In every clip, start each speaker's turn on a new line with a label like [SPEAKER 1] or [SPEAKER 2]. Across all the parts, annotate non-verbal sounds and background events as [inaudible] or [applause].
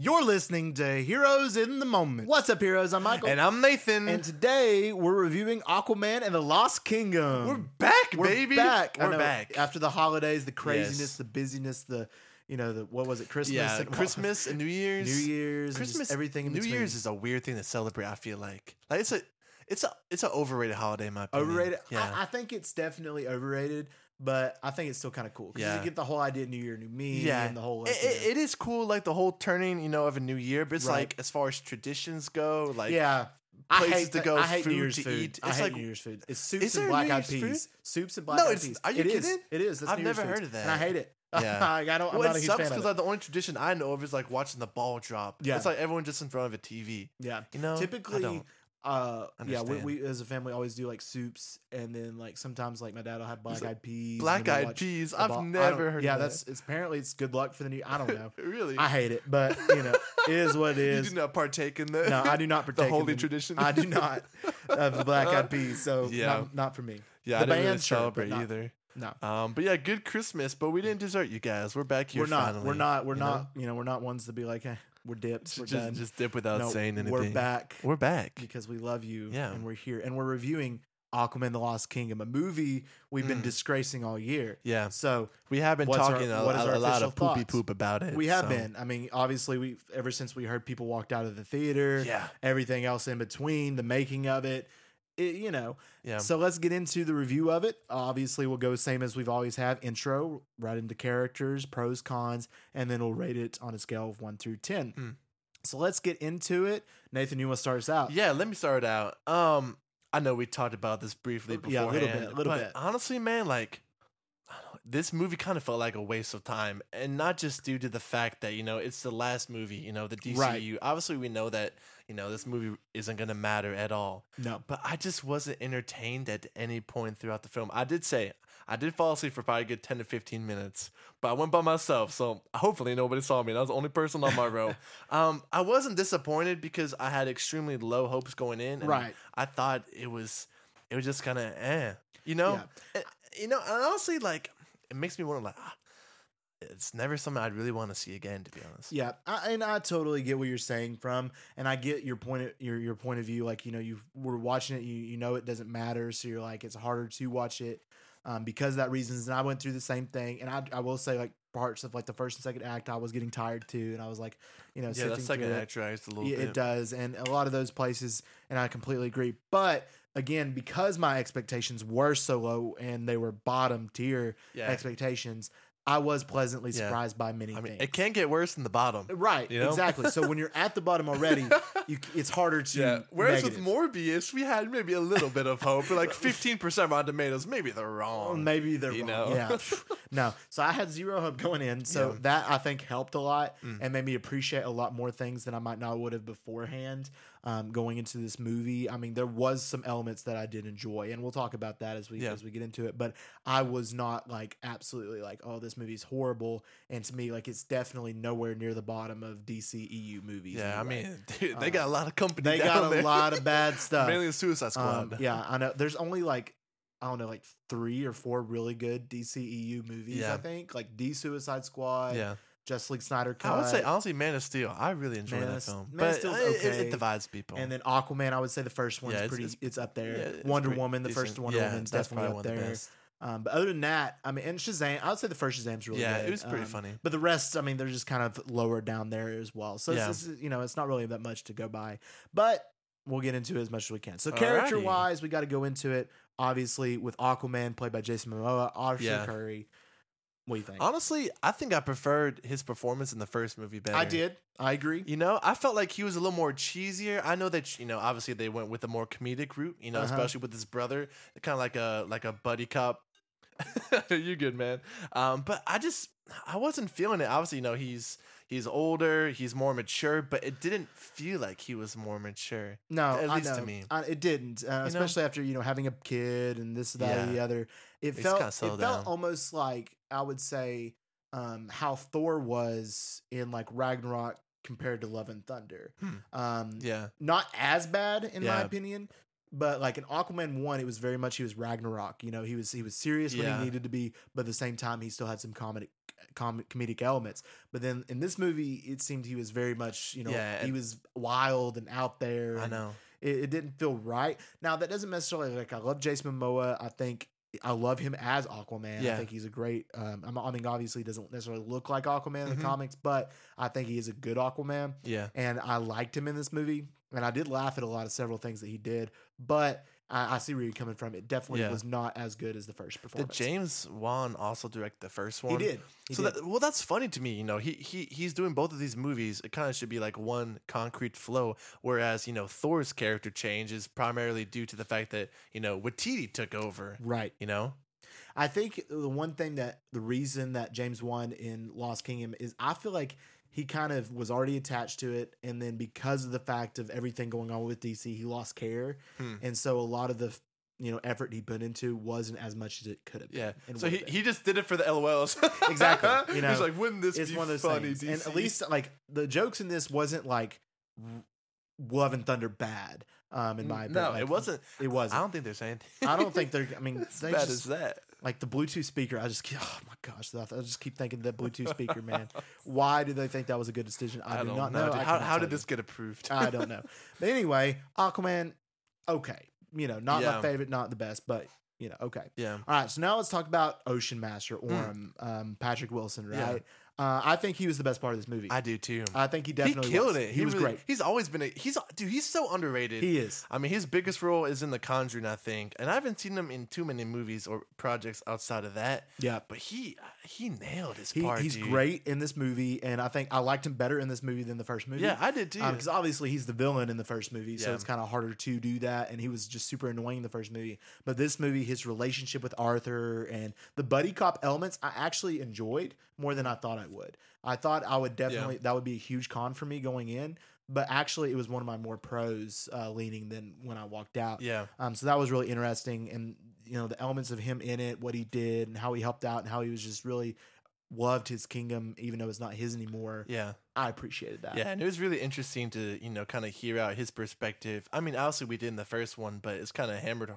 [SPEAKER 1] You're listening to Heroes in the Moment. What's up, heroes? I'm Michael.
[SPEAKER 2] And I'm Nathan.
[SPEAKER 1] And today we're reviewing Aquaman and the Lost Kingdom.
[SPEAKER 2] we're back,
[SPEAKER 1] We're
[SPEAKER 2] baby.
[SPEAKER 1] back. I
[SPEAKER 2] We're
[SPEAKER 1] know,
[SPEAKER 2] back.
[SPEAKER 1] After the holidays, the craziness,
[SPEAKER 2] Yes.
[SPEAKER 1] the busyness, the, you know, the, what was it, Christmas?
[SPEAKER 2] yeah,
[SPEAKER 1] and-
[SPEAKER 2] Christmas and New
[SPEAKER 1] New
[SPEAKER 2] Year's.
[SPEAKER 1] Year's, and just
[SPEAKER 2] Christmas,
[SPEAKER 1] everything in
[SPEAKER 2] New
[SPEAKER 1] between.
[SPEAKER 2] Year's is a weird thing to celebrate. I feel like, like it's a, it's a, it's an overrated holiday. In my opinion.
[SPEAKER 1] overrated.
[SPEAKER 2] Yeah.
[SPEAKER 1] I, I think it's definitely overrated, but I think it's still kind of cool because
[SPEAKER 2] Yeah.
[SPEAKER 1] you get the whole idea of New Year, New Me,
[SPEAKER 2] yeah,
[SPEAKER 1] and the whole.
[SPEAKER 2] It, it- it is cool, like the whole turning, you know, of a new year. But it's
[SPEAKER 1] Right.
[SPEAKER 2] like, as far as traditions go, like,
[SPEAKER 1] yeah. I
[SPEAKER 2] places
[SPEAKER 1] hate
[SPEAKER 2] to
[SPEAKER 1] that-
[SPEAKER 2] go,
[SPEAKER 1] I hate
[SPEAKER 2] food
[SPEAKER 1] New Year's
[SPEAKER 2] to
[SPEAKER 1] food.
[SPEAKER 2] eat.
[SPEAKER 1] I
[SPEAKER 2] It's
[SPEAKER 1] hate
[SPEAKER 2] like-
[SPEAKER 1] New Year's food. It's soups
[SPEAKER 2] Is
[SPEAKER 1] and
[SPEAKER 2] there
[SPEAKER 1] black
[SPEAKER 2] New
[SPEAKER 1] eyed
[SPEAKER 2] Year's
[SPEAKER 1] peas. Soups and black
[SPEAKER 2] No,
[SPEAKER 1] eyed
[SPEAKER 2] it's-
[SPEAKER 1] peas.
[SPEAKER 2] are you
[SPEAKER 1] It is.
[SPEAKER 2] kidding?
[SPEAKER 1] It is. That's
[SPEAKER 2] I've
[SPEAKER 1] New Year's
[SPEAKER 2] never
[SPEAKER 1] foods.
[SPEAKER 2] heard of
[SPEAKER 1] And I
[SPEAKER 2] that.
[SPEAKER 1] hate it.
[SPEAKER 2] Yeah.
[SPEAKER 1] Like, I don't. I'm
[SPEAKER 2] well,
[SPEAKER 1] not a
[SPEAKER 2] it
[SPEAKER 1] huge
[SPEAKER 2] sucks
[SPEAKER 1] fan of
[SPEAKER 2] because
[SPEAKER 1] it.
[SPEAKER 2] like the only tradition I know of is like watching the ball drop.
[SPEAKER 1] Yeah.
[SPEAKER 2] it's like everyone just in front of a TV.
[SPEAKER 1] Yeah.
[SPEAKER 2] You know, I
[SPEAKER 1] Typically,
[SPEAKER 2] don't.
[SPEAKER 1] uh, yeah, we,
[SPEAKER 2] understand.
[SPEAKER 1] we as a family always do like soups, and then like sometimes like my dad will have black eyed peas. and then we'll
[SPEAKER 2] black eyed
[SPEAKER 1] watch
[SPEAKER 2] peas.
[SPEAKER 1] the ball-
[SPEAKER 2] I've
[SPEAKER 1] I don't-
[SPEAKER 2] never heard.
[SPEAKER 1] Yeah,
[SPEAKER 2] of that.
[SPEAKER 1] that's it's apparently it's good luck for the new. I don't know.
[SPEAKER 2] really.
[SPEAKER 1] I hate it, but you know, it is what it
[SPEAKER 2] you
[SPEAKER 1] is.
[SPEAKER 2] do not partake in the [laughs]
[SPEAKER 1] no, I do not partake
[SPEAKER 2] the
[SPEAKER 1] in
[SPEAKER 2] holy
[SPEAKER 1] the-
[SPEAKER 2] tradition.
[SPEAKER 1] I do not of the black eyed peas, so
[SPEAKER 2] Yeah.
[SPEAKER 1] not, not for me. The
[SPEAKER 2] Yeah, I didn't really
[SPEAKER 1] band, sure, but
[SPEAKER 2] celebrate
[SPEAKER 1] not-
[SPEAKER 2] either.
[SPEAKER 1] No.
[SPEAKER 2] Um, but yeah, good Christmas. But we didn't desert you guys. We're back here.
[SPEAKER 1] we're not.
[SPEAKER 2] Finally.
[SPEAKER 1] we're not. We're
[SPEAKER 2] you know?
[SPEAKER 1] not. You know, we're not ones to be like, eh, we're dipped. We're
[SPEAKER 2] Just,
[SPEAKER 1] done.
[SPEAKER 2] just, just dip without
[SPEAKER 1] No,
[SPEAKER 2] saying anything.
[SPEAKER 1] We're back
[SPEAKER 2] We're back.
[SPEAKER 1] because we love you.
[SPEAKER 2] Yeah.
[SPEAKER 1] and we're here and we're reviewing Aquaman: The Lost Kingdom, a movie we've been
[SPEAKER 2] Mm.
[SPEAKER 1] disgracing all year.
[SPEAKER 2] Yeah,
[SPEAKER 1] So
[SPEAKER 2] we have been
[SPEAKER 1] What's our-
[SPEAKER 2] talking a,
[SPEAKER 1] what is our
[SPEAKER 2] a, a lot
[SPEAKER 1] official
[SPEAKER 2] of poopy
[SPEAKER 1] thoughts?
[SPEAKER 2] poop about it.
[SPEAKER 1] we have
[SPEAKER 2] so-
[SPEAKER 1] been. I mean, obviously, we ever since we heard people walked out of the theater,
[SPEAKER 2] Yeah,
[SPEAKER 1] everything else in between, the making of it, it you know.
[SPEAKER 2] yeah.
[SPEAKER 1] So let's get into the review of it. Obviously, we'll go same as we've always have intro, right into characters, pros, cons, and then we'll rate it on a scale of one through 10.
[SPEAKER 2] Hmm.
[SPEAKER 1] So let's get into it. Nathan, you want to start us out?
[SPEAKER 2] Yeah, let me start out. Um, I know we talked about this briefly beforehand.
[SPEAKER 1] Yeah, a little bit, a little
[SPEAKER 2] but
[SPEAKER 1] bit.
[SPEAKER 2] Honestly, man, like I don't know, this movie kind of felt like a waste of time, and not just due to the fact that you know it's the last movie. You know, the DCU.
[SPEAKER 1] Right.
[SPEAKER 2] Obviously, we know that you know this movie isn't going to matter at all.
[SPEAKER 1] No.
[SPEAKER 2] But I just wasn't entertained at any point throughout the film. I did say I did fall asleep for probably a good ten to fifteen minutes, but I went by myself, so hopefully nobody saw me. And I was the only person on
[SPEAKER 1] [laughs]
[SPEAKER 2] my row. Um, I wasn't disappointed because I had extremely low hopes going in. and
[SPEAKER 1] Right.
[SPEAKER 2] I thought it was it was just kind of eh, you know,
[SPEAKER 1] Yeah.
[SPEAKER 2] And- you know. And honestly, like it makes me wonder, like ah, it's never something I'd really want to see again, to be honest.
[SPEAKER 1] Yeah, I, and I totally get what you're saying from, and I get your point of, your your point of view. Like you know, you were watching it, you you know it doesn't matter, so you're like it's harder to watch it um, because of that reasons. And I went through the same thing, and I I will say like parts of like the first and second act, I was getting tired too, and I was like, you know,
[SPEAKER 2] Yeah,
[SPEAKER 1] sifting
[SPEAKER 2] that's like
[SPEAKER 1] through
[SPEAKER 2] an
[SPEAKER 1] it.
[SPEAKER 2] actress a little
[SPEAKER 1] Yeah,
[SPEAKER 2] bit.
[SPEAKER 1] it does, and a lot of those places, and I completely agree. But again, because my expectations were so low and they were bottom tier
[SPEAKER 2] yeah,
[SPEAKER 1] expectations, I was pleasantly
[SPEAKER 2] Yeah.
[SPEAKER 1] surprised by many
[SPEAKER 2] I mean,
[SPEAKER 1] things.
[SPEAKER 2] it can get worse than the bottom.
[SPEAKER 1] Right,
[SPEAKER 2] You know?
[SPEAKER 1] exactly. So when you're at the bottom
[SPEAKER 2] [laughs]
[SPEAKER 1] already, you, c- it's harder to.
[SPEAKER 2] Yeah. Whereas
[SPEAKER 1] negative.
[SPEAKER 2] with Morbius, we had maybe a little bit of hope, but
[SPEAKER 1] [laughs]
[SPEAKER 2] like 15% Rotten Tomatoes, maybe they're
[SPEAKER 1] Oh,
[SPEAKER 2] wrong.
[SPEAKER 1] maybe they're
[SPEAKER 2] you
[SPEAKER 1] wrong.
[SPEAKER 2] know?
[SPEAKER 1] Yeah,
[SPEAKER 2] [laughs]
[SPEAKER 1] no. So I had zero hope going in. So
[SPEAKER 2] Yeah.
[SPEAKER 1] that I think helped a lot
[SPEAKER 2] Mm.
[SPEAKER 1] and made me appreciate a lot more things than I might not would have beforehand. Um, going into this movie, I mean, there was some elements that I did enjoy, and we'll talk about that as we
[SPEAKER 2] Yeah.
[SPEAKER 1] as we get into it. But I was not like absolutely like, oh, this movie's horrible. And to me, like, it's definitely nowhere near the bottom of DCEU movies.
[SPEAKER 2] yeah, I
[SPEAKER 1] anyway.
[SPEAKER 2] mean, dude, they got a lot of company.
[SPEAKER 1] Uh,
[SPEAKER 2] [laughs]
[SPEAKER 1] they
[SPEAKER 2] down
[SPEAKER 1] got a
[SPEAKER 2] there.
[SPEAKER 1] lot of
[SPEAKER 2] [laughs]
[SPEAKER 1] bad stuff.
[SPEAKER 2] Mainly the Suicide Squad.
[SPEAKER 1] Um, yeah, I know. There's only like I don't know, like three or four really good DCEU movies. I
[SPEAKER 2] Yeah.
[SPEAKER 1] think like D Suicide Squad,
[SPEAKER 2] Yeah.
[SPEAKER 1] Just League Snyder Cut,
[SPEAKER 2] I would say, honestly, Man of Steel. I really enjoy
[SPEAKER 1] Man
[SPEAKER 2] that
[SPEAKER 1] of-
[SPEAKER 2] film.
[SPEAKER 1] Man of
[SPEAKER 2] but
[SPEAKER 1] Steel's
[SPEAKER 2] it- it,
[SPEAKER 1] okay.
[SPEAKER 2] it divides people.
[SPEAKER 1] and then Aquaman. I would say the first one's
[SPEAKER 2] Yeah, it's-
[SPEAKER 1] pretty. It's,
[SPEAKER 2] it's-
[SPEAKER 1] up there.
[SPEAKER 2] Yeah, it's
[SPEAKER 1] Wonder
[SPEAKER 2] pretty
[SPEAKER 1] Woman, the first
[SPEAKER 2] decent.
[SPEAKER 1] Wonder
[SPEAKER 2] Yeah,
[SPEAKER 1] Woman's
[SPEAKER 2] that's
[SPEAKER 1] definitely up
[SPEAKER 2] probably one of the
[SPEAKER 1] there.
[SPEAKER 2] best.
[SPEAKER 1] um, but other than that, I mean, and Shazam. I would say the first Shazam's really
[SPEAKER 2] yeah,
[SPEAKER 1] good.
[SPEAKER 2] it was pretty
[SPEAKER 1] um,
[SPEAKER 2] funny.
[SPEAKER 1] But the rest, I mean, they're just kind of lower down there as well. So
[SPEAKER 2] Yeah.
[SPEAKER 1] it's, it's you know, it's not really that much to go by. But we'll get into it as much as we can. So character
[SPEAKER 2] Alrighty.
[SPEAKER 1] wise, we got to go into it. Obviously, with Aquaman played by Jason Momoa, Arthur
[SPEAKER 2] Yeah.
[SPEAKER 1] Curry. What do you think?
[SPEAKER 2] Honestly, I think I preferred his performance in the first movie better.
[SPEAKER 1] I did. I agree.
[SPEAKER 2] You know, I felt like he was a little more cheesier. I know that you know, obviously they went with a more comedic route. You know,
[SPEAKER 1] Uh-huh.
[SPEAKER 2] especially with his brother, kind of like a like a buddy cop. [laughs] You're good, man. Um, but I just I wasn't feeling it. Obviously, you know, he's he's older, he's more mature, but it didn't feel like he was more mature.
[SPEAKER 1] No,
[SPEAKER 2] At
[SPEAKER 1] I
[SPEAKER 2] least
[SPEAKER 1] know.
[SPEAKER 2] to me.
[SPEAKER 1] I, it didn't, uh,
[SPEAKER 2] know?
[SPEAKER 1] especially after you know having a kid and this, that, and
[SPEAKER 2] Yeah.
[SPEAKER 1] the other. It
[SPEAKER 2] It's
[SPEAKER 1] felt
[SPEAKER 2] gotta
[SPEAKER 1] it
[SPEAKER 2] settle
[SPEAKER 1] felt
[SPEAKER 2] down.
[SPEAKER 1] almost like I would say um, how Thor was in like Ragnarok compared to Love and Thunder.
[SPEAKER 2] Hmm.
[SPEAKER 1] Um,
[SPEAKER 2] Yeah,
[SPEAKER 1] not as bad in my
[SPEAKER 2] Yeah.
[SPEAKER 1] opinion But like in Aquaman one, it was very much he was Ragnarok. You know, he was he was serious when
[SPEAKER 2] Yeah.
[SPEAKER 1] he needed to be, but at the same time he still had some comedic com- comedic elements. But then in this movie, it seemed he was very much you know
[SPEAKER 2] Yeah,
[SPEAKER 1] he
[SPEAKER 2] and-
[SPEAKER 1] was wild and out there.
[SPEAKER 2] I
[SPEAKER 1] and
[SPEAKER 2] know.
[SPEAKER 1] It, it didn't feel right. Now that doesn't necessarily like I love Jason Momoa. I think. I love him as Aquaman. I
[SPEAKER 2] Yeah.
[SPEAKER 1] think he's a great. Um, I'm- I mean, obviously, he doesn't necessarily look like Aquaman in the
[SPEAKER 2] Mhm.
[SPEAKER 1] comics, but I think he is a good Aquaman
[SPEAKER 2] Yeah.
[SPEAKER 1] and I liked him in this movie. And I did laugh at a lot of several things that he did, but I, I see where you're coming from. It definitely
[SPEAKER 2] Yeah.
[SPEAKER 1] was not as good as the first
[SPEAKER 2] Did
[SPEAKER 1] performance.
[SPEAKER 2] James Wan also direct the first
[SPEAKER 1] he
[SPEAKER 2] one?
[SPEAKER 1] did. He
[SPEAKER 2] so
[SPEAKER 1] did.
[SPEAKER 2] that well, that's funny to me. You know, he he he's doing both of these movies. It kind of should be like one concrete flow. Whereas you know, Thor's character change is primarily due to the fact that you know Watiti took over.
[SPEAKER 1] right.
[SPEAKER 2] You know,
[SPEAKER 1] I think the one thing that the reason that James won in Lost Kingdom is I feel like he kind of was already attached to it, and then because of the fact of everything going on with DC, he lost care,
[SPEAKER 2] Hmm.
[SPEAKER 1] and so a lot of the you know effort he put into wasn't as much as it could have been.
[SPEAKER 2] yeah.
[SPEAKER 1] and
[SPEAKER 2] So
[SPEAKER 1] would
[SPEAKER 2] he,
[SPEAKER 1] have been.
[SPEAKER 2] he just did it for the LOLs. [laughs]
[SPEAKER 1] Exactly, you know,
[SPEAKER 2] he's like, wouldn't this
[SPEAKER 1] it's
[SPEAKER 2] be
[SPEAKER 1] one of those
[SPEAKER 2] funny?
[SPEAKER 1] things. And at
[SPEAKER 2] DC?
[SPEAKER 1] least like the jokes in this wasn't like r- Love and Thunder bad. Um, in my opinion,
[SPEAKER 2] no,
[SPEAKER 1] Like,
[SPEAKER 2] it [laughs] wasn't.
[SPEAKER 1] It
[SPEAKER 2] I
[SPEAKER 1] wasn't.
[SPEAKER 2] don't think there's anything. [laughs]
[SPEAKER 1] I don't think they're. I mean,
[SPEAKER 2] as
[SPEAKER 1] they
[SPEAKER 2] bad as
[SPEAKER 1] just,
[SPEAKER 2] that.
[SPEAKER 1] like the Bluetooth speaker. I just keep- oh my gosh, I just keep thinking that Bluetooth
[SPEAKER 2] [laughs]
[SPEAKER 1] speaker, man. Why did they think that was a good decision? I,
[SPEAKER 2] I,
[SPEAKER 1] do
[SPEAKER 2] don't
[SPEAKER 1] not
[SPEAKER 2] know.
[SPEAKER 1] know.
[SPEAKER 2] dude.
[SPEAKER 1] I
[SPEAKER 2] how
[SPEAKER 1] cannot
[SPEAKER 2] how
[SPEAKER 1] tell
[SPEAKER 2] did
[SPEAKER 1] you.
[SPEAKER 2] this get approved? [laughs]
[SPEAKER 1] I don't know. But anyway, Aquaman. Okay, you know, not my
[SPEAKER 2] Yeah.
[SPEAKER 1] favorite, not the best, but you know, okay.
[SPEAKER 2] yeah.
[SPEAKER 1] All right, so now let's talk about Ocean Master or
[SPEAKER 2] Mm.
[SPEAKER 1] um, um, Patrick Wilson,
[SPEAKER 2] Yeah.
[SPEAKER 1] right? Uh, I think he was the best part of this movie.
[SPEAKER 2] I
[SPEAKER 1] I,
[SPEAKER 2] do too.
[SPEAKER 1] think he
[SPEAKER 2] He
[SPEAKER 1] definitely
[SPEAKER 2] killed
[SPEAKER 1] was.
[SPEAKER 2] it.
[SPEAKER 1] He, was
[SPEAKER 2] really-
[SPEAKER 1] great.
[SPEAKER 2] He's always been a he's dude. He's so underrated.
[SPEAKER 1] He is.
[SPEAKER 2] I mean, his biggest role is in The Conjuring, I think, and I haven't seen him in too many movies or projects outside of that.
[SPEAKER 1] Yeah.
[SPEAKER 2] But he he nailed his
[SPEAKER 1] He,
[SPEAKER 2] part.
[SPEAKER 1] he's
[SPEAKER 2] dude.
[SPEAKER 1] great in this movie, and I think I liked him better in this movie than the first movie.
[SPEAKER 2] Yeah, I did too.
[SPEAKER 1] because Um, obviously he's the villain in the first movie, so
[SPEAKER 2] Yeah.
[SPEAKER 1] it's kind of harder to do that. And he was just super annoying in the first movie, but this movie, his relationship with Arthur and the buddy cop elements, I actually enjoyed more than I thought I would. I thought I would definitely that would be a huge con for me going in, but actually it was one of my more pros uh, leaning than when I walked out.
[SPEAKER 2] yeah,
[SPEAKER 1] Um, so that was really interesting, and you know the elements of him in it, what he did, and how he helped out, and how he was just really loved his kingdom, even though it's not his anymore.
[SPEAKER 2] yeah,
[SPEAKER 1] I appreciated that.
[SPEAKER 2] yeah. And it was really interesting to you know kind of hear out his perspective. I mean, obviously we did in the first one, but it's kind of hammered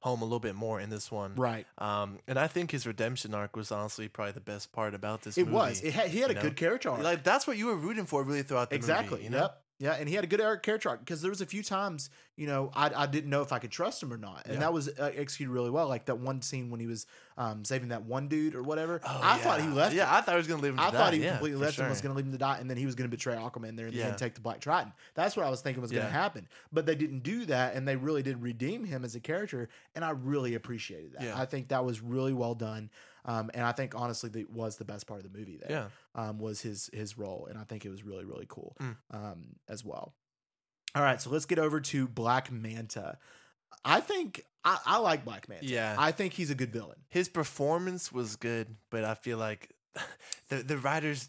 [SPEAKER 2] home a little bit more in this one.
[SPEAKER 1] Right.
[SPEAKER 2] Um, and I think his redemption arc was honestly probably the best part about this.
[SPEAKER 1] It
[SPEAKER 2] movie.
[SPEAKER 1] was. It had, he had a
[SPEAKER 2] you know?
[SPEAKER 1] good character arc.
[SPEAKER 2] like that's what you were rooting for really throughout the
[SPEAKER 1] exactly.
[SPEAKER 2] movie. you know?
[SPEAKER 1] Yep. Yeah, and he had a good arc- character arc because there was a few times, you know, I, I didn't know if I could trust him or not, and
[SPEAKER 2] Yeah.
[SPEAKER 1] that was uh, executed really well. Like that one scene when he was um, saving that one dude or whatever.
[SPEAKER 2] Oh,
[SPEAKER 1] I thought he
[SPEAKER 2] yeah.
[SPEAKER 1] left.
[SPEAKER 2] Yeah,
[SPEAKER 1] him.
[SPEAKER 2] I thought he was gonna leave. Him to
[SPEAKER 1] I thought
[SPEAKER 2] die,
[SPEAKER 1] he
[SPEAKER 2] yeah,
[SPEAKER 1] completely
[SPEAKER 2] for
[SPEAKER 1] left
[SPEAKER 2] sure.
[SPEAKER 1] him, was going to leave him to die, and then he was going to betray Aquaman there and
[SPEAKER 2] Yeah.
[SPEAKER 1] then take the Black Triton. That's what I was thinking was going
[SPEAKER 2] Yeah.
[SPEAKER 1] to happen. But they didn't do that, and they really did redeem him as a character, and I really appreciated that.
[SPEAKER 2] Yeah.
[SPEAKER 1] I think that was really well done, um, and I think honestly that was the best part of the movie there.
[SPEAKER 2] Yeah.
[SPEAKER 1] Um, was his his role, and I think it was really really cool
[SPEAKER 2] Mm.
[SPEAKER 1] um, as well. All right, so let's get over to Black Manta. I think I, I like Black Manta.
[SPEAKER 2] Yeah.
[SPEAKER 1] I think he's a good villain.
[SPEAKER 2] his performance was good, but I feel like [laughs] the the writers